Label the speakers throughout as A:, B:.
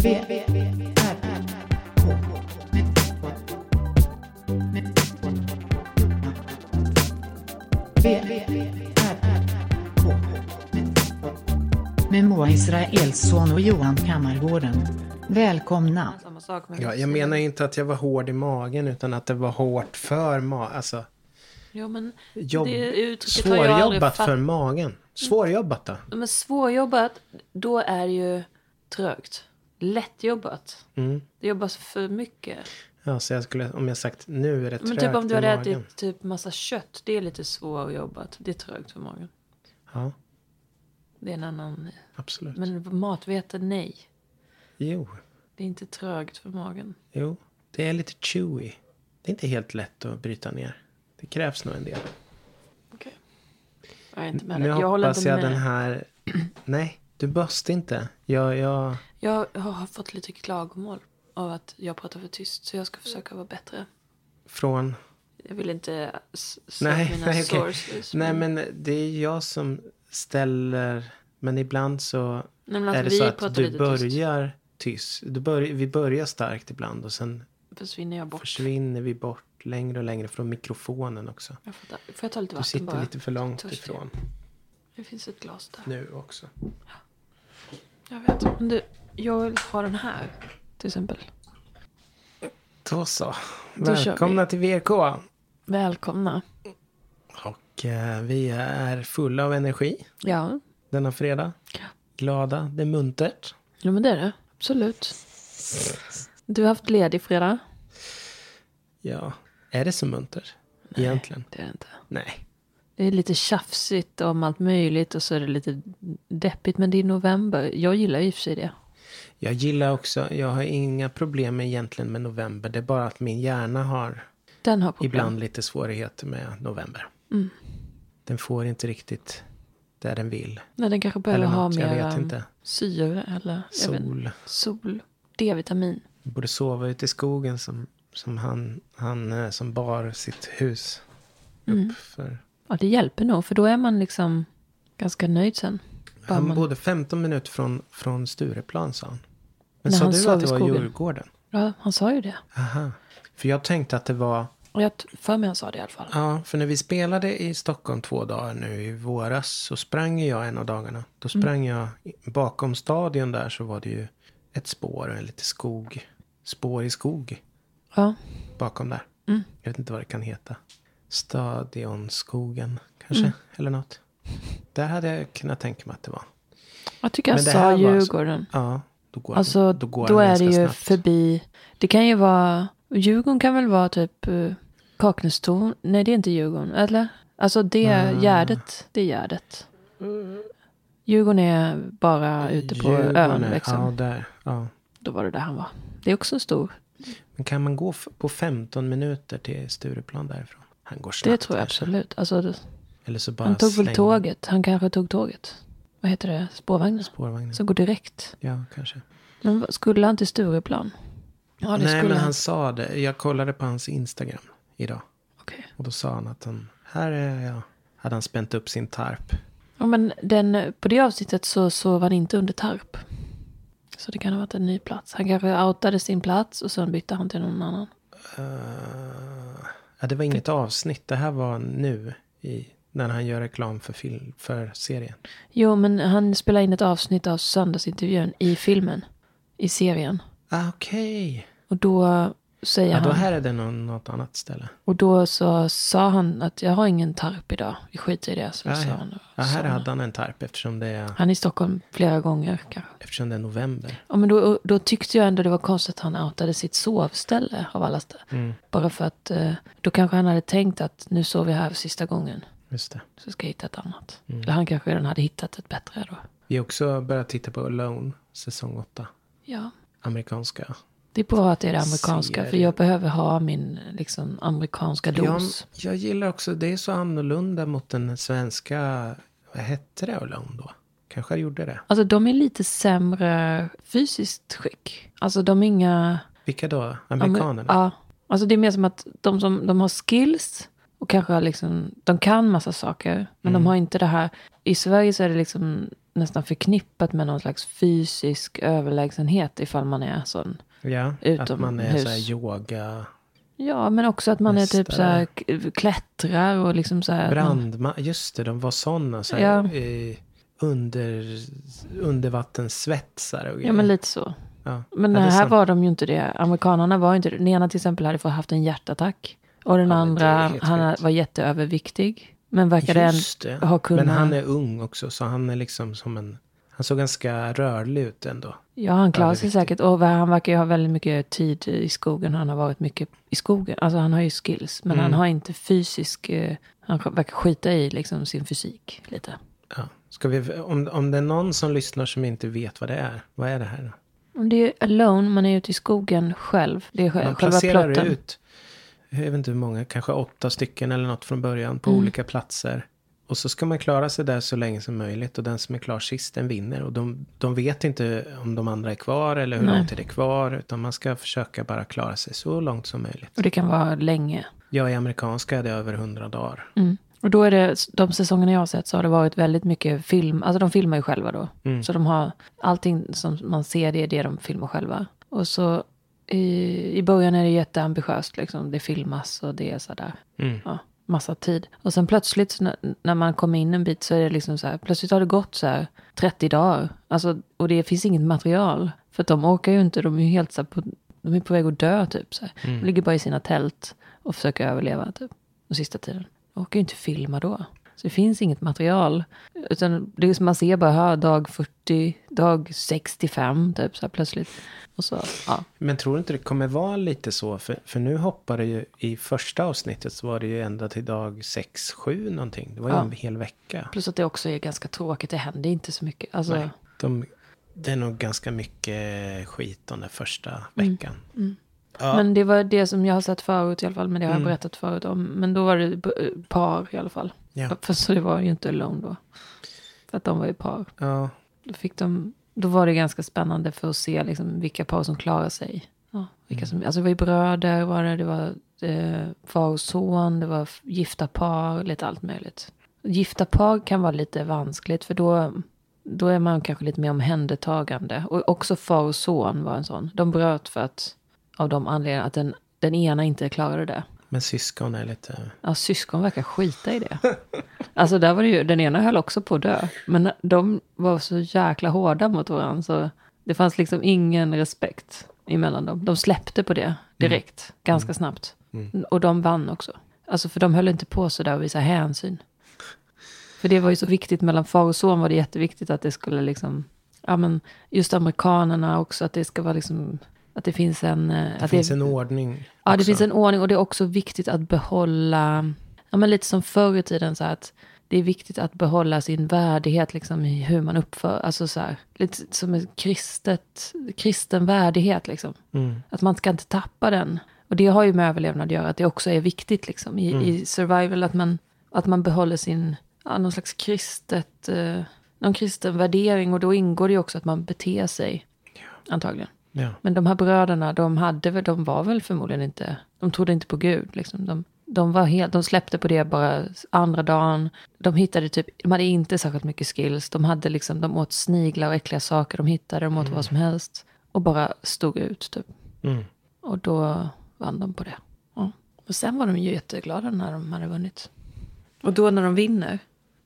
A: V, R, K. V, R, K. Med Moa Israelsson och Johan Kammargården. Välkomna.
B: Samma sak med
C: Ja, jag
B: vaccin.
C: menar inte att jag var hård i magen utan att det var hårt för magen. Alltså,
B: Jo, men
C: jobb...
B: det uttrycket har jag aldrig
C: Svårjobbat
B: fatt...
C: för magen. Svårjobbat då?
B: Men svårjobbat, då är ju trögt. Lättjobbat.
C: Mm.
B: Det jobbas för mycket.
C: Ja, så jag skulle, om jag sagt nu är det
B: men
C: trögt
B: typ om du
C: i
B: hade
C: magen.
B: ätit typ massa kött, det är lite svårjobbat. Det är trögt för magen.
C: Ja,
B: Det är en annan...
C: absolut.
B: Men matvete, nej.
C: Jo,
B: Det är inte trögt för magen.
C: jo. Det är lite chewy. Det är inte helt lätt att bryta ner. Det krävs nog en del.
B: Okej. Jag är inte med
C: Nu
B: dig. Jag håller
C: hoppas
B: inte
C: jag
B: med.
C: den här... Nej, du böst inte. Jag, jag...
B: Jag har fått lite klagomål av att jag pratar för tyst. Så jag ska försöka vara bättre.
C: Från...
B: Jag vill inte s- slå
C: Nej,
B: mina
C: nej, okej.
B: sources.
C: Nej, men det är jag som ställer... Men ibland så
B: Nej, men att
C: är det
B: vi
C: så att
B: pratar
C: du
B: lite tyst
C: börjar tyst. Du bör, vi börjar starkt ibland och sen
B: försvinner jag bort.
C: försvinner vi bort längre och längre från mikrofonen också.
B: Jag fattar. Får jag ta lite
C: Du
B: vatten
C: sitter
B: bara?
C: lite för långt
B: Törstig.
C: ifrån
B: Det finns ett glas där.
C: nu också.
B: Jag vet. Men du, jag vill ha den här. Till exempel.
C: Då så.
B: Då kör
C: Välkomna till VRK.
B: Välkomna.
C: Och eh, vi är fulla av energi
B: Ja.
C: denna fredag. Glada, det är muntert.
B: Ja men det är det. Absolut. Du har haft ledig fredag.
C: Ja, är det så muntert? Egentligen.
B: Det är det inte.
C: Nej.
B: Det är lite tjafsigt om allt möjligt och så är det lite deppigt. Men det är november. Jag gillar i och för sig det.
C: Jag gillar också, jag har inga problem egentligen med november. Det är bara att min hjärna har
B: Den har problem. Mm.
C: ibland lite svårigheter med november. Den får inte riktigt där den vill.
B: Nej, den kanske behöver
C: Eller
B: ha
C: något, jag
B: mer
C: vet
B: um,
C: inte.
B: syre eller jag vet inte.
C: Sol.
B: sol. D-vitamin.
C: Borde sova ute i skogen som, som han, han eh, som bar sitt hus
B: Mm.
C: upp för.
B: Ja, det hjälper nog. För då är man liksom ganska nöjd sen. Bara
C: Han
B: man,
C: bodde 15 minuter från, från Stureplan sa han.
B: När
C: Men sa
B: han
C: du
B: sov
C: att
B: i
C: det var
B: skogen.
C: Djurgården?
B: ja, han sa ju det.
C: Aha. För jag tänkte att det var,
B: Och jag t- för mig han sa det i alla fall.
C: ja, för när vi spelade i Stockholm två dagar nu i våras så sprang ju jag en av dagarna. Då
B: Mm.
C: sprang jag i- bakom stadion där så var det ju ett spår och en lite skog. Spår i skog.
B: Ja,
C: bakom där.
B: Mm.
C: Jag vet inte vad det kan heta. Stadionskogen
B: Mm.
C: kanske, eller något. Där hade jag kunnat tänka mig att det var.
B: jag tycker han
C: Men det här
B: sa
C: var alltså-
B: Djurgården.
C: Ja, då går
B: Alltså,
C: den, då går
B: då
C: den
B: är det
C: ganska
B: ju
C: snabbt.
B: förbi. Det kan ju vara, Djurgården kan väl vara typ eh, Kaknästorn. Nej, det är inte Djurgården, eller? Alltså det är Gärdet, det är Gärdet. Djurgården är bara ute på
C: Djurgården,
B: ön liksom.
C: Ja, där. Ja.
B: Då var det där han var. Det är också en stor.
C: Men kan man gå f- på 15 minuter till Stureplan därifrån? Han går
B: Det
C: snabbt.
B: tror jag
C: kanske.
B: absolut. Alltså, det-
C: Eller så bara
B: han tog
C: släng
B: väl tåget. Han kanske tog tåget. Vad heter det? Spårvagnen.
C: Spårvagnen.
B: Som går direkt.
C: Ja, kanske.
B: Men vad- skulle han till Stureplan? Ja, det
C: Nej,
B: skulle
C: men
B: han.
C: han sa det. Jag kollade på hans Instagram idag.
B: Okej.
C: Och då sa han att han, här är jag. Hade han spänt upp sin tarp.
B: Ja, men den, på det avsnittet så sov han inte under tarp. Så det kan ha varit en ny plats. Han kanske outade sin plats och sen bytte han till någon annan.
C: Eh, ja, det var inget avsnitt. Det här var nu i, när han gör reklam för, film, för serien.
B: Jo, men han spelade in ett avsnitt av söndagsintervjun i filmen. I serien.
C: Ah, Okej.
B: Och då säger
C: Ja,
B: han...
C: då här är det någon, något annat ställe.
B: Och då så sa han att jag har ingen tarp idag. Vi skiter i det. Så
C: Ja,
B: sa
C: ja.
B: han,
C: Ja, här
B: sa han.
C: hade han en tarp eftersom det är,
B: Han är i Stockholm flera gånger kanske.
C: eftersom det är november.
B: Ja, men då, då tyckte jag ändå det var konstigt att han outade sitt sovställe av alla ställen. Bara för att eh, då kanske han hade tänkt att nu sover jag här för sista gången.
C: Just det.
B: Så ska jag hitta ett annat. Eller han kanske redan hade hittat ett bättre då.
C: Vi har också börjat titta på Alone, säsong 8.
B: Ja.
C: Amerikanska.
B: Det är bra att det är det amerikanska. För
C: Serien.
B: jag behöver ha min liksom, amerikanska
C: Jag,
B: dos.
C: jag gillar också, det är så annorlunda mot den svenska, vad hette det Alone då? Kanske jag gjorde det.
B: Alltså de är lite sämre fysiskt skick. Alltså de är inga...
C: Vilka då?
B: Ja, men-
C: Amerikanerna?
B: Ja. Alltså det är mer som att de som de har skills Och kanske har liksom, de kan massa saker, men
C: Mm.
B: de har inte det här. I Sverige så är det liksom nästan förknippat med någon slags fysisk överlägsenhet ifall man är sån.
C: Ja, att man är
B: Utomhus.
C: så här yoga,
B: Ja, men också att man är typ så här, k- klättrar och liksom så här. att man-
C: brandman. Just det, de var sådana. Så här,
B: Ja.
C: eh, under, undervattenssvetsare och
B: Ja, men lite så.
C: Ja.
B: Men
C: Ja, det är
B: här
C: sant.
B: var de ju inte det. Amerikanerna var inte det. Den ena till exempel hade fått haft en hjärtattack. Och den
C: Ja, men det är
B: andra,
C: helt
B: han
C: sjukt.
B: var jätteöverviktig. Men verkade ändå
C: Just det.
B: ha kunnat...
C: Men han är ung också, så han är liksom som en... Han såg ganska rörlig ut ändå.
B: Ja, han klarar sig
C: överviktig.
B: säkert. Och han verkar ju ha väldigt mycket tid i skogen. Han har varit mycket i skogen. Alltså han har ju skills. Men han
C: Mm.
B: har inte fysisk... eh, Han verkar skita i liksom sin fysik lite.
C: Ja. Ska vi, om, om det är någon som lyssnar som inte vet vad det är, vad är det här? Då?
B: Men Det är ju alone, man är ute i skogen själv. Det är själva
C: Man placerar
B: plotten.
C: ut, jag vet inte hur många, kanske åtta stycken eller något från början på
B: Mm.
C: olika platser. Och så ska man klara sig där så länge som möjligt och den som är klar sist den vinner. Och de, de vet inte om de andra är kvar eller hur
B: Nej.
C: lång tid det är kvar. Utan man ska försöka bara klara sig så långt som möjligt.
B: Och det kan vara länge.
C: Jag är amerikanska, det är över hundra dagar.
B: Mm. Och då är det, de säsongerna jag har sett så har det varit väldigt mycket film. Alltså de filmar ju själva då. Så de har, allting som man ser det är det de filmar själva. Och så i, i början är det jätteambitiöst liksom. Det filmas och det är sådär.
C: Mm.
B: Ja, massa tid. Och sen plötsligt så när, när man kommer in en bit så är det liksom så här. Plötsligt har det gått så här 30 dagar. Alltså, och det finns inget material. För att de orkar ju inte. De är ju helt så här på, de är på väg att dö typ. Så här. De ligger bara i sina tält och försöker överleva typ. Den sista tiden. De orkar ju inte filma då. Så det finns inget material. Utan det är som man ser bara här, dag 40, dag 65 typ så här plötsligt. Och så, ja.
C: Men tror du inte det kommer vara lite så? För, för nu hoppar det ju, i första avsnittet så var det ju ända till dag sex sju någonting. Det var ju
B: Ja.
C: en hel vecka.
B: Plus att det också är ganska tråkigt. Det händer inte så mycket. Alltså,
C: Nej, de, det är nog ganska mycket skit om den första
B: Mm.
C: veckan. Ja. Mm.
B: Men det var det som jag har sett förut i alla fall. Men det har jag berättat förut om. Men då var det b- par i alla fall.
C: Ja.
B: För så det var ju inte alone då. För att de var ju par.
C: Ja.
B: Då, fick de, då var det ganska spännande för att se liksom vilka par som klarar sig. Ja, vilka som, alltså det var ju bröder, var det, det var eh, far och son, det var f- gifta par, lite allt möjligt. Gifta par kan vara lite vanskligt för då, då är man kanske lite mer omhändertagande. Och också far och son var en sån. De bröt för att, av de anledningarna, att den, den ena inte klarade det.
C: Men syskon är lite...
B: Ja, syskon verkar skita i det. Alltså där var det ju, den ena höll också på att dö. Men de var så jäkla hårda mot varandra så det fanns liksom ingen respekt emellan dem. De släppte på det direkt,
C: Mm.
B: ganska snabbt. Mm, Och de vann också. Alltså för de höll inte på så där och visa hänsyn. För det var ju så viktigt mellan far och son var det jätteviktigt att det skulle liksom, ja men just amerikanerna också att det ska vara liksom, att det finns en... eh,
C: Det
B: att
C: finns en ordning.
B: Ja, det
C: också.
B: finns en ordning och det är också viktigt att behålla, ja men lite som förr i tiden så här att det är viktigt att behålla sin värdighet liksom i hur man uppför, alltså så här, lite som en kristet, kristen värdighet liksom.
C: Mm.
B: Att man ska inte tappa den. Och det har ju med överlevnad att göra, att det också är viktigt liksom i,
C: Mm.
B: i survival, att man, att man behåller sin, ja, någon slags kristet, eh, någon kristen värdering och då ingår det ju också att man beter sig, antagligen.
C: Ja.
B: Men de här bröderna, de, hade, väl- de var väl förmodligen inte, de trodde inte på Gud. Liksom. De, de, var helt, de släppte på det bara andra dagen. De hittade typ, de hade inte särskilt mycket skills. De, hade liksom, de åt sniglar och äckliga saker de hittade, de åt vad som helst. Och bara stod ut typ.
C: Mm.
B: Och då vann de på det. Ja. Och sen var de ju jätteglada när de hade vunnit. Och då när de vinner,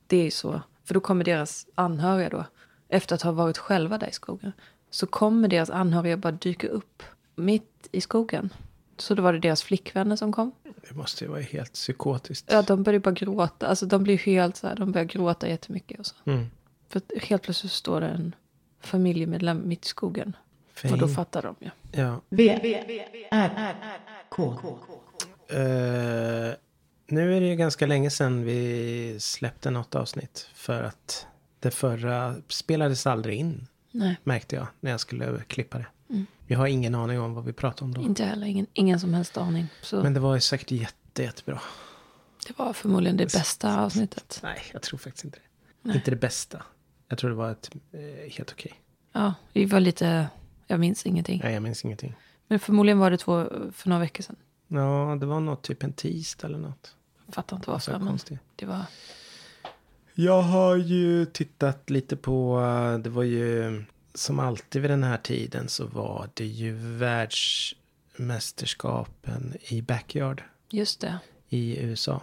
B: det är ju så, för då kommer deras anhöriga då, efter att ha varit själva där i skogen, så kommer deras anhöriga bara dyka upp mitt i skogen. Så då var det deras flickvänner som kom.
C: Det måste ju vara helt psykotiskt.
B: Ja, de började bara gråta. Alltså de blir helt så här, de börjar gråta jättemycket och så.
C: Mm.
B: För att helt plötsligt står det en familjemedlem mitt i skogen.
C: Fin.
B: Och då fattar de ju.
C: ja.
A: V, R, K,
C: Eh, nu är det ju ganska länge sedan vi släppte något avsnitt. För att det förra spelades aldrig in.
B: Nej, Mm.
C: Märkte jag när jag skulle klippa det. Jag har ingen aning om vad vi pratade om då.
B: inte heller. Ingen, ingen som helst aning. Så.
C: Men det var ju säkert jätte, jättebra.
B: Det var förmodligen det bästa avsnittet.
C: Nej, jag tror faktiskt inte det. Inte det bästa. Jag tror det var ett eh, helt okej.
B: Ja, vi var lite... Jag minns ingenting.
C: Nej, jag minns ingenting.
B: Men förmodligen var det två för några veckor sedan.
C: Ja, det var något typ en tisdag eller något.
B: fattar inte
C: Så
B: varför. Men
C: konstigt.
B: det var...
C: Jag har ju tittat lite på, eh, det var ju som alltid vid den här tiden så var det ju världsmästerskapen i backyard
B: Just det.
C: i USA.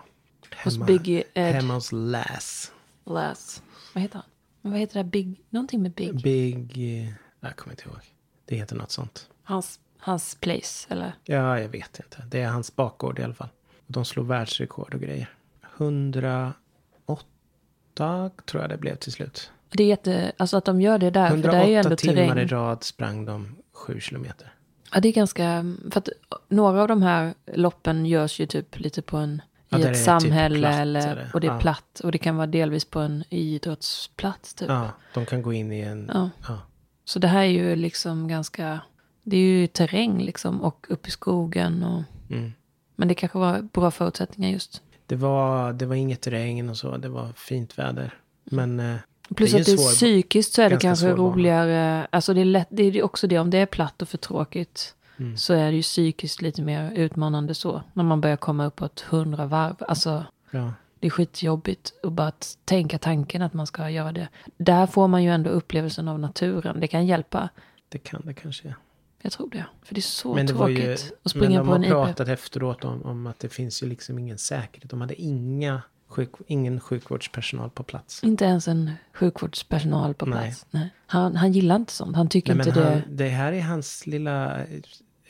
B: Hos Biggie Ed
C: hemma hos Lass.
B: Lass. Vad heter han? Men Vad heter det här Big? Någonting med Big.
C: Big, eh, jag kommer inte ihåg. Det heter något sånt.
B: Hans, hans place, eller?
C: Ja, jag vet inte. Det är hans bakgård i alla fall. Och de slog världsrekord och grejer. 108 tror jag det blev till slut.
B: Det är jätte... Alltså att de gör det där, för det är ju
C: 108
B: ändå
C: timmar
B: terräng.
C: i rad sprang de 7 kilometer.
B: Ja, det är ganska... För att några av de här loppen görs ju typ lite på en...
C: Ja,
B: I
C: där är det
B: ett
C: typ
B: samhälle
C: platt, är det.
B: eller, och det är
C: Ja.
B: platt. Och det kan vara delvis på en idrottsplats typ.
C: Ja, de kan gå in i en...
B: Ja.
C: Ja.
B: Så det här är ju liksom ganska... Det är ju terräng liksom och upp i skogen och...
C: Mm.
B: Men det kanske var bra förutsättningar just.
C: Det, var, det var inget regn och så, det var fint väder.
B: Mm.
C: Men eh,
B: Plus
C: Det är
B: att det är
C: svår-
B: psykiskt så är det
C: ganska
B: kanske
C: svår bana.
B: roligare. Alltså det är, lätt, det är ju också det, om det är platt och för tråkigt.
C: Mm.
B: Så är det ju psykiskt lite mer utmanande så. När man börjar komma uppåt hundra varv. Alltså
C: ja.
B: det är skitjobbigt. Och bara att tänka tanken att man ska göra det. Där får man ju ändå upplevelsen av naturen. Det kan hjälpa.
C: det kan det kanske.
B: Jag tror det. För det är så
C: Men det var
B: tråkigt.
C: ju...
B: att
C: Men
B: springa
C: de
B: på en
C: har
B: IP.
C: pratat efteråt om, om att det finns ju liksom ingen säkerhet. De hade inga sjuk, ingen sjukvårdspersonal på plats.
B: Inte ens en sjukvårdspersonal på
C: Nej.
B: plats. Nej. Han, han gillar inte sånt. Han tycker
C: Nej, men
B: inte det.
C: Han, det här är hans lilla eh,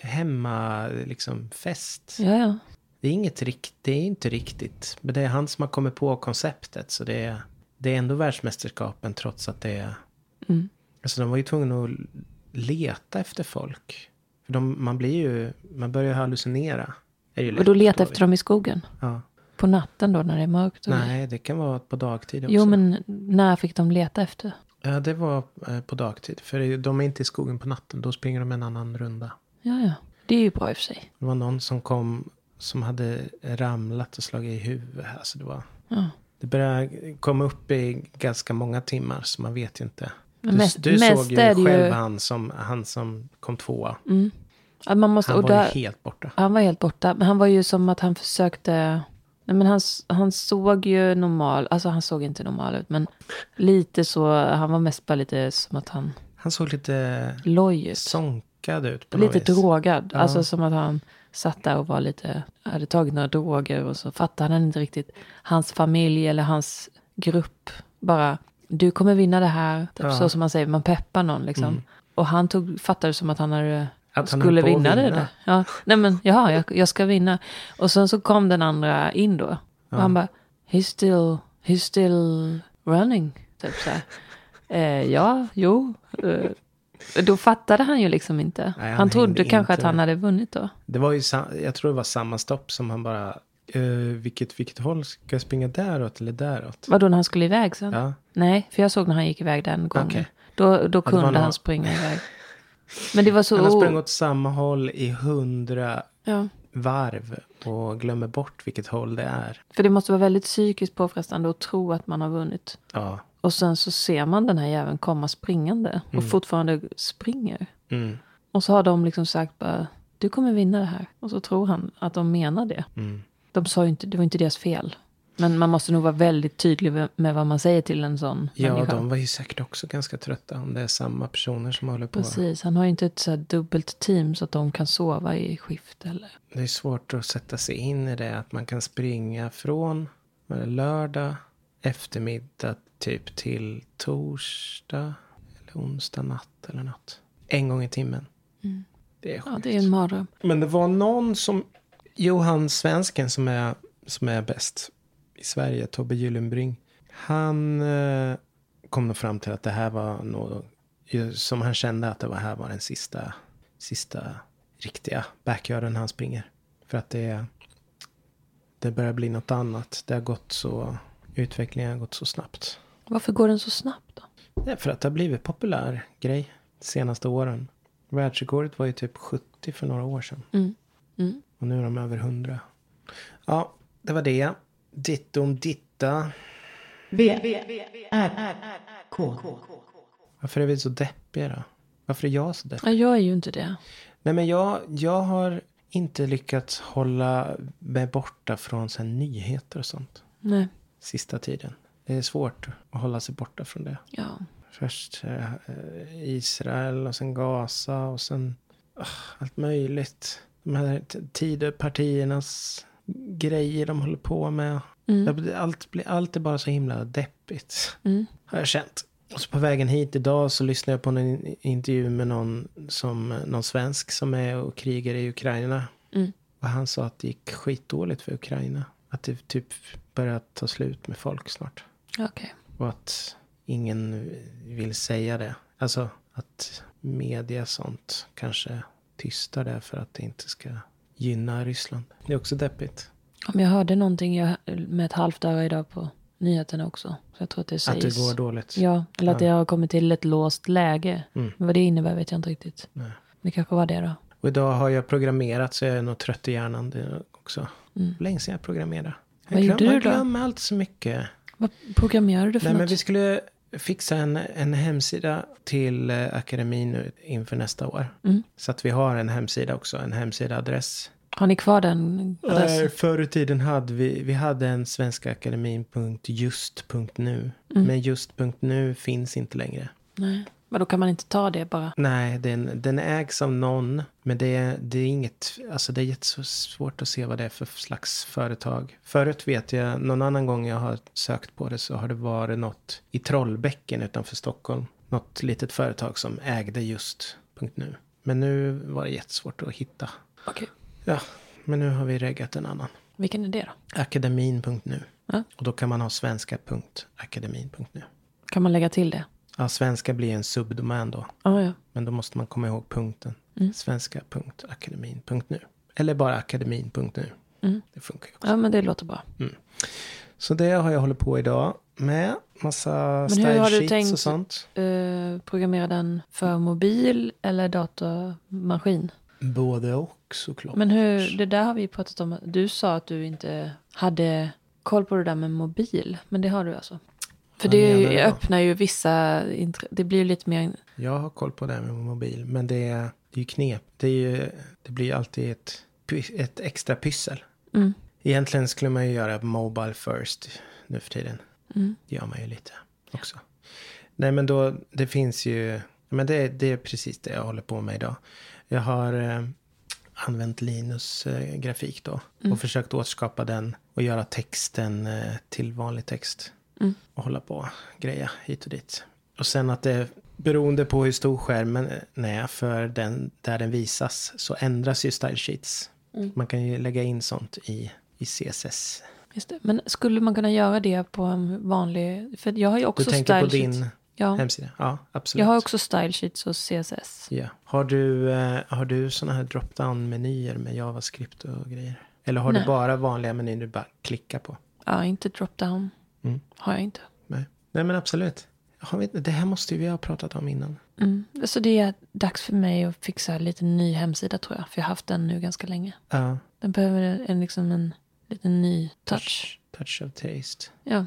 C: hemma, liksom, fest.
B: Ja, ja.
C: Det är inget rikt, det är inte riktigt. Men det är han som har kommit på konceptet. Så det är, det är ändå världsmästerskapen trots att det är...
B: Mm.
C: Alltså de var ju tvungna att leta efter folk. För de, man blir ju... Man börjar hallucinera. Är ju
B: Och
C: lätt,
B: då leta
C: förstår
B: efter
C: vi.
B: dem i skogen.
C: Ja.
B: På natten då när det är mörkt? och-
C: Nej, det kan vara på dagtid också.
B: Jo, men när fick de leta efter?
C: Ja, det var eh, på dagtid. För det är ju- de är inte i skogen på natten. Då springer de en annan runda.
B: Ja, ja. Det är ju bra i och för sig.
C: Det var någon som kom som hade ramlat och slagit i huvudet. Alltså det var...
B: Ja.
C: Det börjar komma upp i ganska många timmar så man vet ju inte.
B: Men
C: Du,
B: mest-
C: du
B: mest
C: såg ju
B: är det ju-
C: själv han, som, han som kom tvåa.
B: Mm. Att man måste,
C: Han
B: han,
C: var
B: och där,
C: ju helt borta.
B: han var helt borta. Men han var ju som att han försökte... Nej, men han, s- han såg ju normal... Alltså han såg inte normal ut, men lite så... Han var mest bara lite som att han
C: Han såg lite
B: loj ut.
C: sånkad ut på
B: Lite
C: något vis.
B: drogad.
C: Ja.
B: Alltså som att han satt där och var lite, hade tagit några droger och så fattade han inte riktigt. Hans familj eller hans grupp bara, du kommer vinna det här. Typ
C: Ja. Mm.
B: Så som man säger, man peppar någon liksom. Och han tog, fattade det som att han hade
C: Att han
B: skulle
C: höll på att
B: vinna, det
C: vinna.
B: där. Ja, nej men jaha, jag, jag ska vinna. Och sen så kom den andra in då. Och han bara, he's still, he's still running. Typ så här. Eh, ja, jo. Eh, då fattade han ju liksom inte.
C: Nej, han
B: han trodde
C: hängde
B: kanske
C: inte
B: att han
C: med.
B: hade vunnit då.
C: Det var ju, sa- jag tror det var samma stopp som han bara, eh, vilket, vilket håll ska jag springa däråt eller däråt?
B: Vadå när han skulle iväg sen?
C: Ja,
B: Nej, för jag såg när han gick iväg den gången.
C: Okej.
B: Då, då
C: var
B: kunde
C: några-
B: han springa iväg. Men det var så...
C: han har sprungit åt samma håll i hundra
B: ja.
C: varv och glömmer bort vilket håll det är.
B: För det måste vara väldigt psykiskt påfrestande att tro att man har vunnit.
C: Ja,
B: Och sen så ser man den här jäveln komma springande och fortfarande springer.
C: mm,
B: Och så har de liksom sagt bara, du kommer vinna det här. Och så tror han att de menar det.
C: mm.
B: De sa ju inte, det var inte deras fel. Men man måste nog vara väldigt tydlig med vad man säger till en sån
C: Ja,
B: människa.
C: de var ju säkert också ganska trötta om det är samma personer som håller på.
B: Precis, han har ju inte ett så här dubbelt team så att de kan sova i skift eller.
C: Det är svårt att sätta sig in i det. Att man kan springa från vad är det, lördag eftermiddag typ till torsdag eller onsdag natt eller något. En gång i timmen. Det är
B: Mm. Ja,
C: sjukt.
B: det är en mardröm.
C: Men det var någon som... Johan Svensken som är, som är bäst i Sverige, Tobbe Gyllenbring. Han eh, kom nog fram till att det här var nog... ju- Som han kände att det var här var den sista, sista riktiga backyarden han springer. För att det, det börjar bli något annat. Det har gått så... Utvecklingen har gått så snabbt.
B: Varför går den så snabbt då?
C: Nej, för att det har blivit populär grej de senaste åren. Världsrekordet var ju typ 70 för några år sedan.
B: Mm. Mm.
C: Och nu är de över 100. Ja, det var det. Ditt om ditta.
A: V, R, R, K.
C: Varför är vi så deppiga då? Varför är jag så deppig?
B: Ja, jag är ju inte det.
C: Nej men jag, jag har... inte lyckats hålla mig borta från så här, nyheter och sånt
B: Nej.
C: sista tiden. Det är svårt att hålla sig borta från det.
B: Ja.
C: Först eh, Israel och sen Gaza och sen ah, allt möjligt. De här t- Tidöpartiernas grejer de håller på med.
B: Mm.
C: Jag blir- Allt, blir, allt är bara så himla deppigt.
B: Mm.
C: Har jag känt. Och så på vägen hit idag så lyssnade jag på en in- intervju med någon, som, någon svensk som är och krigar i Ukraina.
B: Mm.
C: Och han sa att det gick skitdåligt för Ukraina. Att det typ börjar ta slut med folk snart.
B: Okej.
C: Och att ingen vill säga det. Alltså att media sånt kanske tystar det för att det inte ska gynna Ryssland. Det är också deppigt.
B: Om jag hörde någonting jag, med ett halvt öra idag på nyheterna också. Så jag tror att det sägs.
C: Att det går dåligt.
B: Ja, eller att
C: Ja.
B: det har kommit till ett låst läge.
C: Mm.
B: Men vad det innebär vet jag inte riktigt.
C: Nej.
B: Det kanske var det då.
C: Och idag har jag programmerat så jag är nog trött i hjärnan det också.
B: Mm.
C: Länge sedan jag programmerade.
B: Vad
C: jag
B: gjorde
C: glöm,
B: du
C: jag
B: då?
C: glömmer allt så mycket.
B: Vad programmerar du för
C: Nej, men
B: något?
C: vi skulle fixa en, en hemsida till eh, akademin nu inför nästa år.
B: Mm.
C: Så att vi har en hemsida också, en hemsidaadress.
B: Har ni kvar den adressen?
C: Nej, förr i tiden hade vi, vi hade en svenskaakademin.just.nu. Men just.nu finns inte längre.
B: Nej. Men då kan man inte ta det bara?
C: Nej, den, den ägs av någon. Men det, är- det är inget, alltså det är jättesvårt att se vad det är för slags företag. Förut vet jag, någon annan gång jag har sökt på det så har det varit något i Trollbäcken utanför Stockholm. Något litet företag som ägde just .nu. Men nu var det jättesvårt att hitta.
B: Okej.
C: Ja, men nu har vi reggat en annan.
B: Vilken är det då?
C: Akademin.nu.
B: Ja.
C: Och då kan man ha svenska.akademin.nu.
B: Kan man lägga till det?
C: Ja, svenska blir en subdomän då.
B: Ah, ja.
C: Men då måste man komma ihåg punkten.
B: Mm.
C: Svenska.akademin.nu. Eller bara akademin.nu.
B: Mm.
C: Det funkar ju också.
B: ja, men det låter bra.
C: Så det har jag hållit på idag med. Massa
B: Men hur har
C: style
B: du
C: sheets
B: tänkt-
C: och sånt.
B: Eh, programmera den för mobil eller datormaskin?
C: Både och såklart.
B: Men hur, det där har vi pratat om. Du sa att du inte hade koll på det där med mobil. Men det har du alltså? För
C: Vad
B: det
C: menar du då?
B: öppnar ju vissa... intre- Det blir ju lite mer...
C: Jag har koll på det här med mobil. Men det är, det är ju knep. Det, är ju, det blir ju alltid ett, py- ett extra pyssel.
B: Mm.
C: Egentligen skulle man ju göra mobile first nu för tiden. Det gör man ju lite också. Nej men då, det finns ju, men det, det är precis det jag håller på med idag. Jag har eh, använt Linus eh, grafik då och försökt återskapa den och göra texten eh, till vanlig text. Och hålla på och greja hit och dit. Och sen att det, beroende på hur stor skärmen är för den, där den visas, så ändras ju style sheets. Man kan ju lägga in sånt i, i CSS.
B: Just det. Men skulle man kunna göra det på en vanlig... För jag har ju
C: Du
B: också
C: tänker på
B: style
C: din
B: sheets. Ja.
C: hemsida? Ja, absolut.
B: Jag har också style sheets och CSS.
C: Ja. Har du, eh, har du såna här drop-down-menyer med JavaScript och grejer? Eller har
B: Nej.
C: du bara vanliga menyer du bara klickar på?
B: Ja, inte drop down.
C: Mm.
B: Har jag inte.
C: Nej, Nej men absolut. Har vi, det här måste ju vi ha pratat om innan.
B: Mm. Så det är dags för mig att fixa lite ny hemsida tror jag. För jag har haft den nu ganska länge.
C: Ja.
B: Den behöver en, liksom en liten ny touch.
C: Touch of taste.
B: Ja.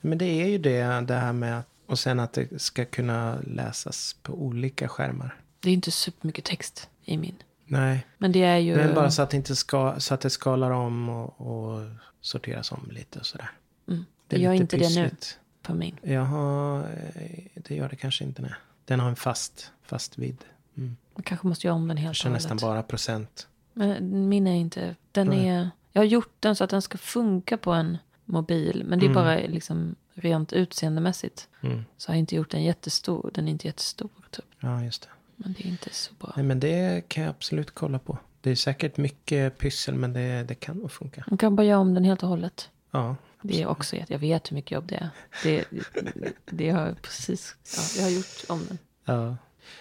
C: Men det är ju det, det här med att, och sen att det ska kunna läsas på olika skärmar.
B: Det är inte supermycket text i min.
C: Nej,
B: Men det är ju...
C: men bara så att det, inte ska, så att det skalar om och, och sorteras om lite och sådär.
B: Mm.
C: Det
B: Det
C: är
B: gör
C: lite
B: inte det nu
C: pyssligt.
B: på min.
C: Jaha, eh, det gör det kanske inte. Nej. Den har en fast, fast vidd. Mm.
B: Jag kanske måste göra om den
C: Jag
B: helt och
C: kör nästan
B: hållet.
C: bara procent.
B: Men min är inte... Den
C: Nej.
B: är... Jag har gjort den så att den ska funka på en mobil. Men det är
C: Mm.
B: bara liksom rent utseendemässigt.
C: Mm.
B: Så har jag inte gjort den jättestor. Den är inte jättestor typ.
C: Ja, just det.
B: Men det är inte så bra.
C: Nej, men det kan jag absolut kolla på. Det är säkert mycket pyssel, men det, det kan nog funka.
B: Man kan bara göra om den helt och hållet.
C: Ja,
B: Det är också jätte... Jag vet hur mycket jobb det är. Det, det har jag precis... Ja, jag har gjort om den.
C: Ja.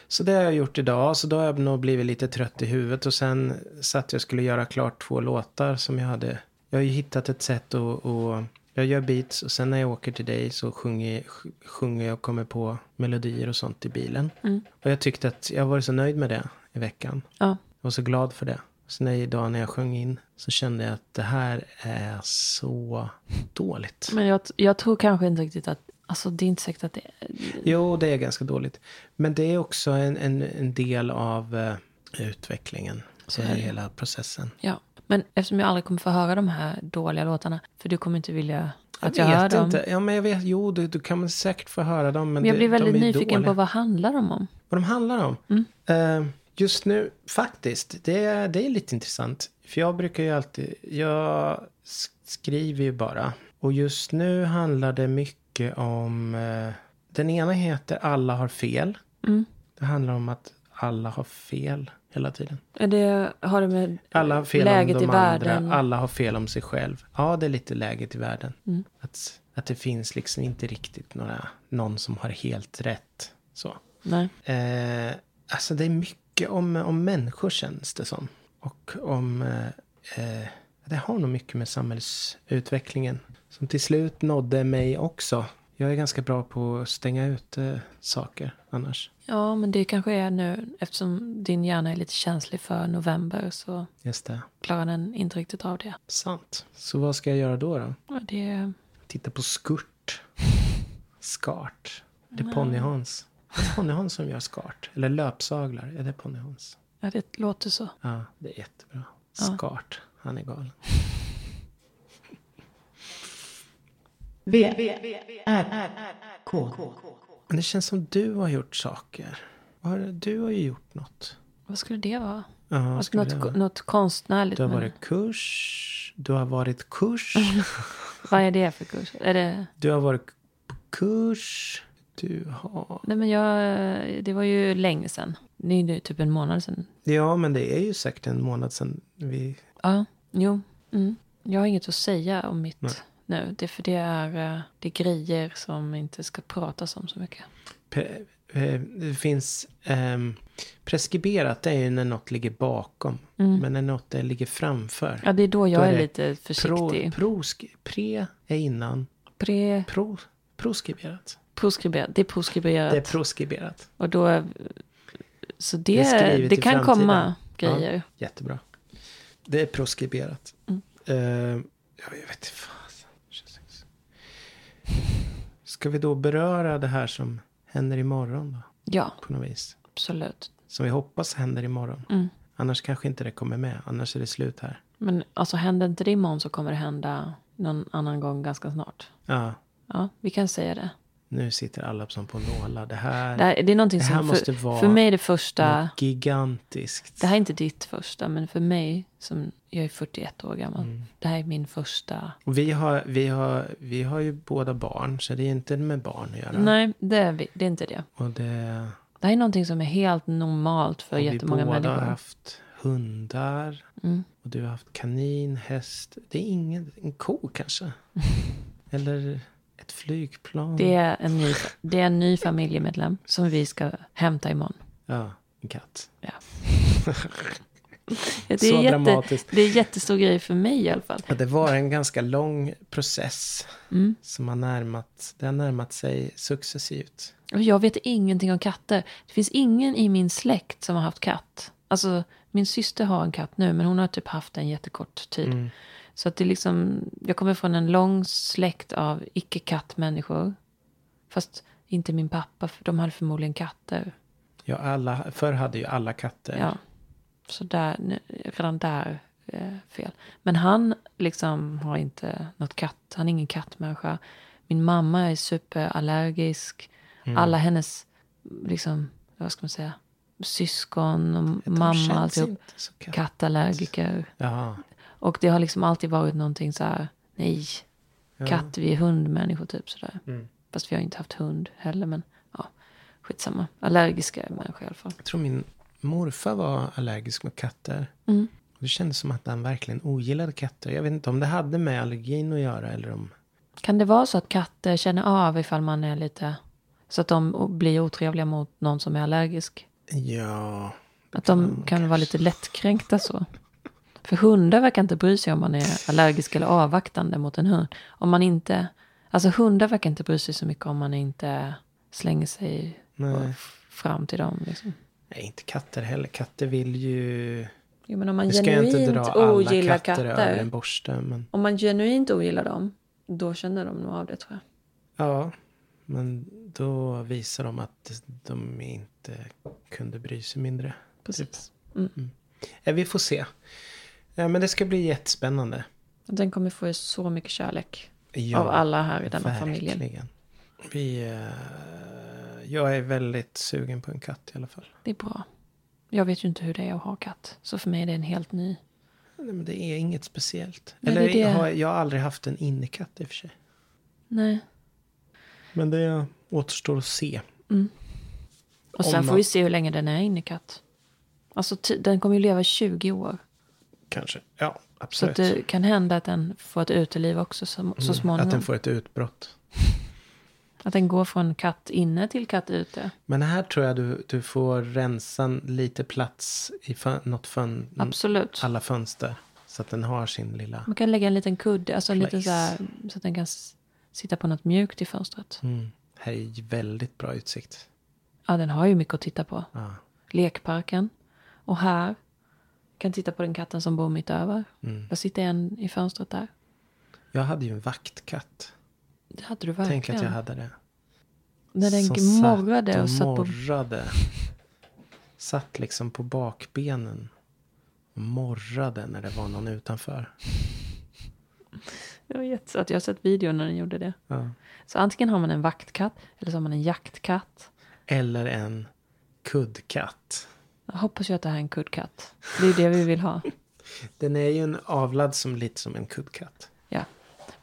C: Så det har jag gjort idag. Så då har jag nog blivit lite trött i huvudet. Och sen satt jag och skulle göra klart två låtar som jag hade. Jag har ju hittat ett sätt att... att jag gör beats och sen när jag åker till dig så sjunger, sjunger jag och kommer på melodier och sånt i bilen.
B: Mm.
C: Och jag tyckte att jag var så nöjd med det i veckan.
B: Ja.
C: Jag var så glad för det. Så när idag när jag sjöng in så kände jag att det här är så dåligt.
B: Men jag, jag tror kanske inte riktigt att... Alltså det är inte säkert att det är...
C: Jo, det är ganska dåligt. Men det är också en, en, en del av eh, utvecklingen. Så är det hela processen.
B: Ja, men eftersom jag aldrig kommer få höra de här dåliga låtarna, för du kommer inte vilja att jag,
C: vet
B: hör dem.
C: inte. Ja, men jag vet, jo, du, du kan säkert få höra dem. Men
B: Men jag
C: det-
B: blir väldigt
C: de är ju
B: nyfiken
C: dåliga.
B: på Mm. vad handlar de om.
C: vad de handlar om. Eh, just nu, faktiskt, det, är- det är lite intressant. För jag brukar ju alltid, jag s- skriver ju bara. Och just nu handlar det mycket om, eh, den ena heter Alla har fel.
B: Mm.
C: Det handlar om att alla har fel hela tiden.
B: Är det, har det med
C: Alla har fel
B: läget
C: om de
B: i världen?
C: andra, alla har fel om sig själv. Ja, det är lite läget i världen.
B: Mm.
C: Att, att det finns liksom inte riktigt några, någon som har helt rätt. Så.
B: Nej.
C: Eh, alltså det är mycket om, om människor känns det som. Och om... Eh, eh, det har nog mycket med samhällsutvecklingen. Som till slut nådde mig också. Jag är ganska bra på att stänga ut eh, saker annars.
B: Ja, men det kanske är nu, eftersom din hjärna är lite känslig för november så
C: Just det.
B: klarar den inte riktigt av det.
C: Sant. Så vad ska jag göra då? då?
B: Ja, det
C: Titta på skurt. Skart. Det är ponnyhans. Det är ponnyhans som gör skart. Eller löpsaglar. Är det ponnyhans?
B: ja, det låter så.
C: Ja, det är jättebra. Skart. Han är galen.
A: V, R, K,
C: Men det känns som du har gjort saker. Har- Du har ju gjort något.
B: Vad skulle det vara?
C: Ja, vad
B: Alltså,
C: skulle
B: något,
C: det
B: ko-
C: vara?
B: något konstnärligt?
C: Du har
B: men
C: varit kurs. Du har varit kurs.
B: Vad är det för kurs? Är det,
C: Du har varit på kurs. Du har...
B: nej, men jag, det var ju länge sedan. Det är ju typ en månad sedan.
C: Ja, men det är ju säkert en månad sedan vi...
B: Ja, jo. Mm. Jag har inget att säga om mitt nu. Det är för det är, eh, det är grejer som inte ska pratas om så mycket.
C: Pre, eh, det finns... ehm, preskriberat det är ju när något ligger bakom. Men när något det ligger framför.
B: Mm. Ja, det är då jag
C: Då
B: är,
C: är det
B: lite
C: pro,
B: försiktig.
C: pro, pre är innan.
B: Pre,
C: Pro, proskriberat.
B: proskriberat. Det är proskriberat.
C: Det är proskriberat.
B: och då, är- så
C: Det
B: det,
C: är
B: det,
C: skrivet i
B: kan
C: framtiden.
B: komma
C: Ja,
B: grejer.
C: jättebra. Det är preskriberat.
B: Mm.
C: Eh, jag vet inte fasen. Ska vi då beröra det här som händer imorgon då?
B: Ja,
C: På något vis.
B: absolut.
C: Som vi hoppas händer imorgon.
B: Mm.
C: Annars kanske inte det kommer med. Annars är det slut här.
B: Men alltså händer inte det imorgon så kommer det hända någon annan gång ganska snart.
C: Ja,
B: Ja, vi kan säga det.
C: nu sitter alla som på nålar. Det här,
B: Det, här, det är någonting
C: Det här
B: som
C: måste
B: för,
C: vara
B: för mig är det första.
C: är gigantiskt.
B: Det här är inte ditt första, men för mig, som jag är 41 år gammal,
C: Mm.
B: det här är min första.
C: Och vi, har, vi, har, vi har ju båda barn. Så det är inte med barn att göra.
B: Nej, det är, vi, det är inte det.
C: Och det...
B: Det här är någonting som är helt normalt för
C: Och
B: jättemånga
C: vi båda
B: människor. Mm.
C: har haft hundar. Och du har haft kanin, häst. Det är ingen, en ko kanske? Eller ett flygplan?
B: Det är, en ny, det är en ny familjemedlem som vi ska hämta imorgon.
C: Ja, en katt.
B: Ja. Det är,
C: Så
B: jätte,
C: dramatiskt.
B: det är en jättestor grej för mig i alla fall.
C: Och det var en ganska lång process.
B: Mm.
C: Som har närmat, det har närmat sig successivt.
B: Och Jag vet ingenting om katter. Det finns ingen i min släkt som har haft katt. Alltså, min syster har en katt nu, men hon har typ haft en jättekort tid. Så att det är liksom, jag kommer från en lång släkt av icke-kattmänniskor. Fast inte min pappa, för de hade förmodligen katter.
C: Ja, alla, förr hade ju alla katter.
B: Ja. Så där, nu- redan där eh, fel. Men han liksom har inte något katt. Han är ingen kattmänniska. Min mamma är superallergisk. Alla hennes, liksom, vad ska man säga, syskon och
C: De
B: mamma
C: känns
B: alltihop.
C: inte så katt.
B: Kattallergiker.
C: Ja,
B: Och det har liksom alltid varit någonting så här, nej, katt, vi är hundmänniskor typ sådär. Fast vi har inte haft hund heller, men ja, skitsamma. Allergiska människor i alla fall.
C: jag tror min morfar var allergisk mot katter.
B: Mm.
C: Och Det kändes som att han verkligen ogillade katter. Jag vet inte om det hade med allergin att göra eller om
B: Kan det vara så att katter känner av ifall man är lite... Så att de o- blir otrevliga mot någon som är allergisk?
C: Ja,
B: Att
C: Mm,
B: de kan vara lite lättkränkta så? För hundar verkar inte bry sig om man är allergisk eller avvaktande mot en hund. Om man inte... Alltså hundar verkar inte bry sig så mycket om man inte slänger sig
C: Nej.
B: f- fram till dem. Liksom.
C: nej inte katter heller. Katter vill ju...
B: Jo, men om man
C: Nu ska jag inte dra
B: genuint
C: alla
B: ogillar
C: katter,
B: katter.
C: över en borste. Men,
B: Om man genuint ogillar dem, då känner de nog av det tror jag.
C: Typ. ja, men då visar de att de inte kunde bry sig mindre.
B: Precis.
C: Eh, Vi får se. Eh, Men det ska bli jättespännande.
B: Den kommer få så mycket kärlek
C: Ja,
B: av alla här i denna familjen.
C: verkligen. Vi, eh, jag är väldigt sugen på en katt i alla fall.
B: Det är bra. Jag vet ju inte hur det är att ha katt. Så för mig är det en helt ny.
C: Nej, men det är inget speciellt.
B: Nej, det är
C: Eller
B: det.
C: jag har, jag har aldrig haft en innekatt i och för sig.
B: Nej.
C: Men det återstår att se.
B: Och
C: Om
B: sen får
C: man-
B: vi se hur länge den är innekatt. Alltså ti- den kommer ju leva i 20 år.
C: Kanske. Ja,
B: Så
C: absolut. Mm,
B: att det kan hända att den får ett uteliv också så, så småningom.
C: Att den får ett utbrott.
B: går från katt inne till katt ute.
C: Men här tror jag du, du får rensa lite plats i fön, något fön,
B: Absolut.
C: alla fönster. Så att den har sin lilla...
B: Man kan lägga en liten kudde, alltså en liten så,
C: Place.
B: här, så att den kan s- sitta på något mjukt i fönstret.
C: Mm. Här är ju väldigt bra utsikt.
B: Ja, den har ju mycket att titta på.
C: Ja.
B: Lekparken. Och här. Kan titta på den katten som bor mitt över.
C: Mm.
B: Där sitter en i fönstret där.
C: Jag hade ju en vaktkatt.
B: Det hade du verkligen.
C: Tänk att jag hade det.
B: När den
C: Som satt
B: morrade och satt på...
C: morrade. Satt liksom på bakbenen. Och morrade när det var någon utanför.
B: Jag vet att jag har sett videon när den gjorde det.
C: Ja.
B: Så antingen har man en vaktkatt eller så har man en jaktkatt.
C: Eller en kuddkatt.
B: Jag hoppas ju att det här är en kuddkatt. Det är ju det vi vill ha.
C: Den är ju en avlad som lite som en kuddkatt.
B: Ja.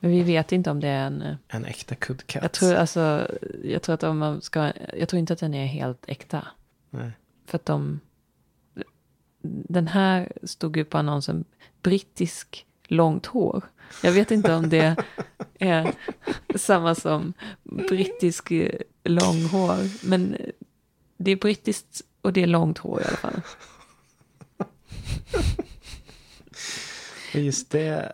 B: Men vi vet inte om det är en... eh,
C: En äkta kuddkatt.
B: Jag tror, alltså, jag tror, att om man ska, jag tror inte att den är helt äkta.
C: Nej.
B: För att de... Den här stod ju på annonsen brittisk långt hår. Jag vet inte om det är samma som brittisk eh, långhår. Men det är brittiskt och det är långt hår i alla fall.
C: Och just det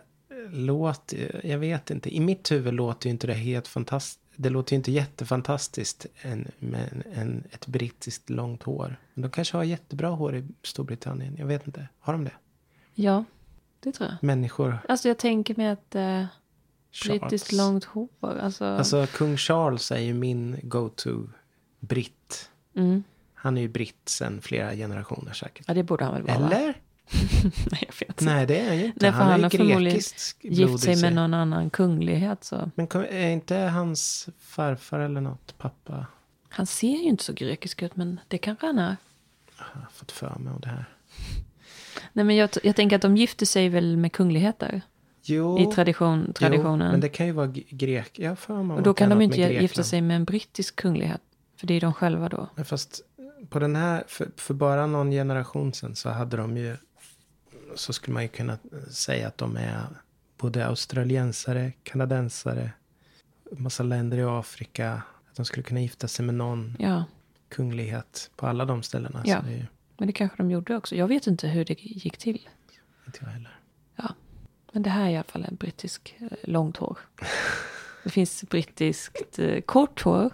C: låter, jag vet inte. I mitt huvud låter ju inte det helt fantastiskt. Det låter ju inte jättefantastiskt en, med en, en, ett brittiskt långt hår. Men de kanske har jättebra hår i Storbritannien. Jag vet inte. Har de det?
B: Ja, det tror jag.
C: Människor.
B: Alltså jag tänker mig att eh,
C: Charles.
B: brittiskt långt hår, alltså...
C: Alltså kung Charles är ju min go-to britt.
B: Mm.
C: Han är ju britt sedan flera generationer säkert.
B: Ja, det borde han väl vara? va?
C: Eller?
B: Nej, jag vet inte.
C: Nej, det är han ju inte.
B: Nej, för han
C: är
B: har
C: ju
B: förmodligen
C: grekiskt blod
B: Gift
C: i
B: sig med någon annan kunglighet så.
C: Men kom- är inte hans farfar eller något pappa
B: Han ser ju inte så grekisk ut, men det kanske han är.
C: Jag har fått för mig om det här?
B: Nej, men jag, jag tänker att de gifter sig väl med kungligheter
C: Jo,
B: i tradition, traditionen.
C: Jo, men det kan ju vara g- grek. Jag har för mig om
B: och då
C: att
B: kan
C: det är
B: de ju
C: något
B: inte
C: med
B: gifta
C: Grekland.
B: sig med en brittisk kunglighet, för det är de själva då.
C: Men fast på den här, för, för bara någon generation sedan så hade de ju, så skulle man ju kunna säga att de är både australiensare, kanadensare, massa länder i Afrika. Att de skulle kunna gifta sig med någon
B: Ja,
C: kunglighet på alla de ställena.
B: Ja.
C: Så det är ju
B: men det kanske de gjorde också. Jag vet inte hur det gick till.
C: inte jag heller.
B: Ja, men det här är i alla fall en brittisk eh, långt hår. Det finns brittiskt eh, kort hår.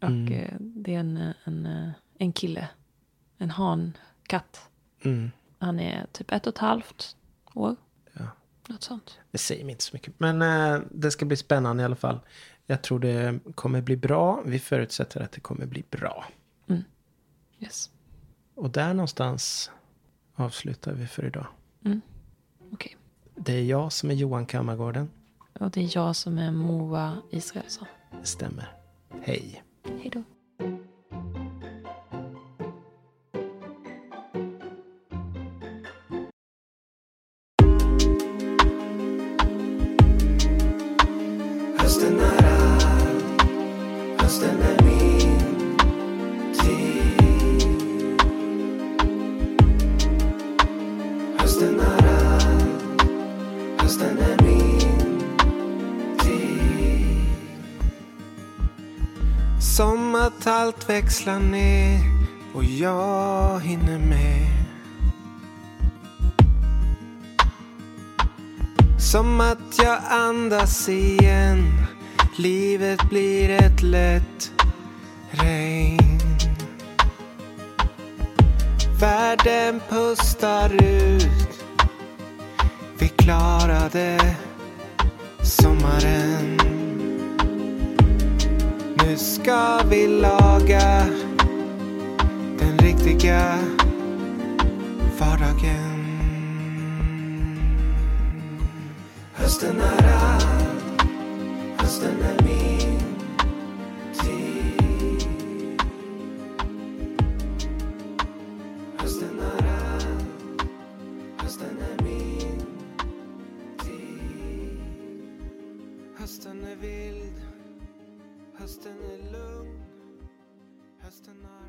B: Och eh, det är en, eh, en, eh, en kille, en hankatt.
C: Mm.
B: Han är typ ett och ett halvt år.
C: Ja.
B: Något sånt.
C: Det säger mig inte så mycket. Men eh, det ska bli spännande i alla fall. Jag tror det kommer bli bra. Vi förutsätter att det kommer bli bra.
B: Yes.
C: Och där någonstans avslutar vi för idag.
B: Okej.
C: Det är jag som är Johan Kammargården.
B: Och det är jag som är Moa Israelsson.
C: Det stämmer. Hej.
B: Hej då.
D: Hösten är här, hösten är min tid. Hösten är här, hösten är min tid. Som att allt växlar ner och jag hinner med. Som att jag andas igen Livet blir ett lätt regn Världen pustar ut Vi klarade sommaren Nu ska vi laga trygga vardagen. Hösten är här, hösten är min tid. Hösten är här, hösten är min tid. Hösten är vild, hösten är lugn, hösten är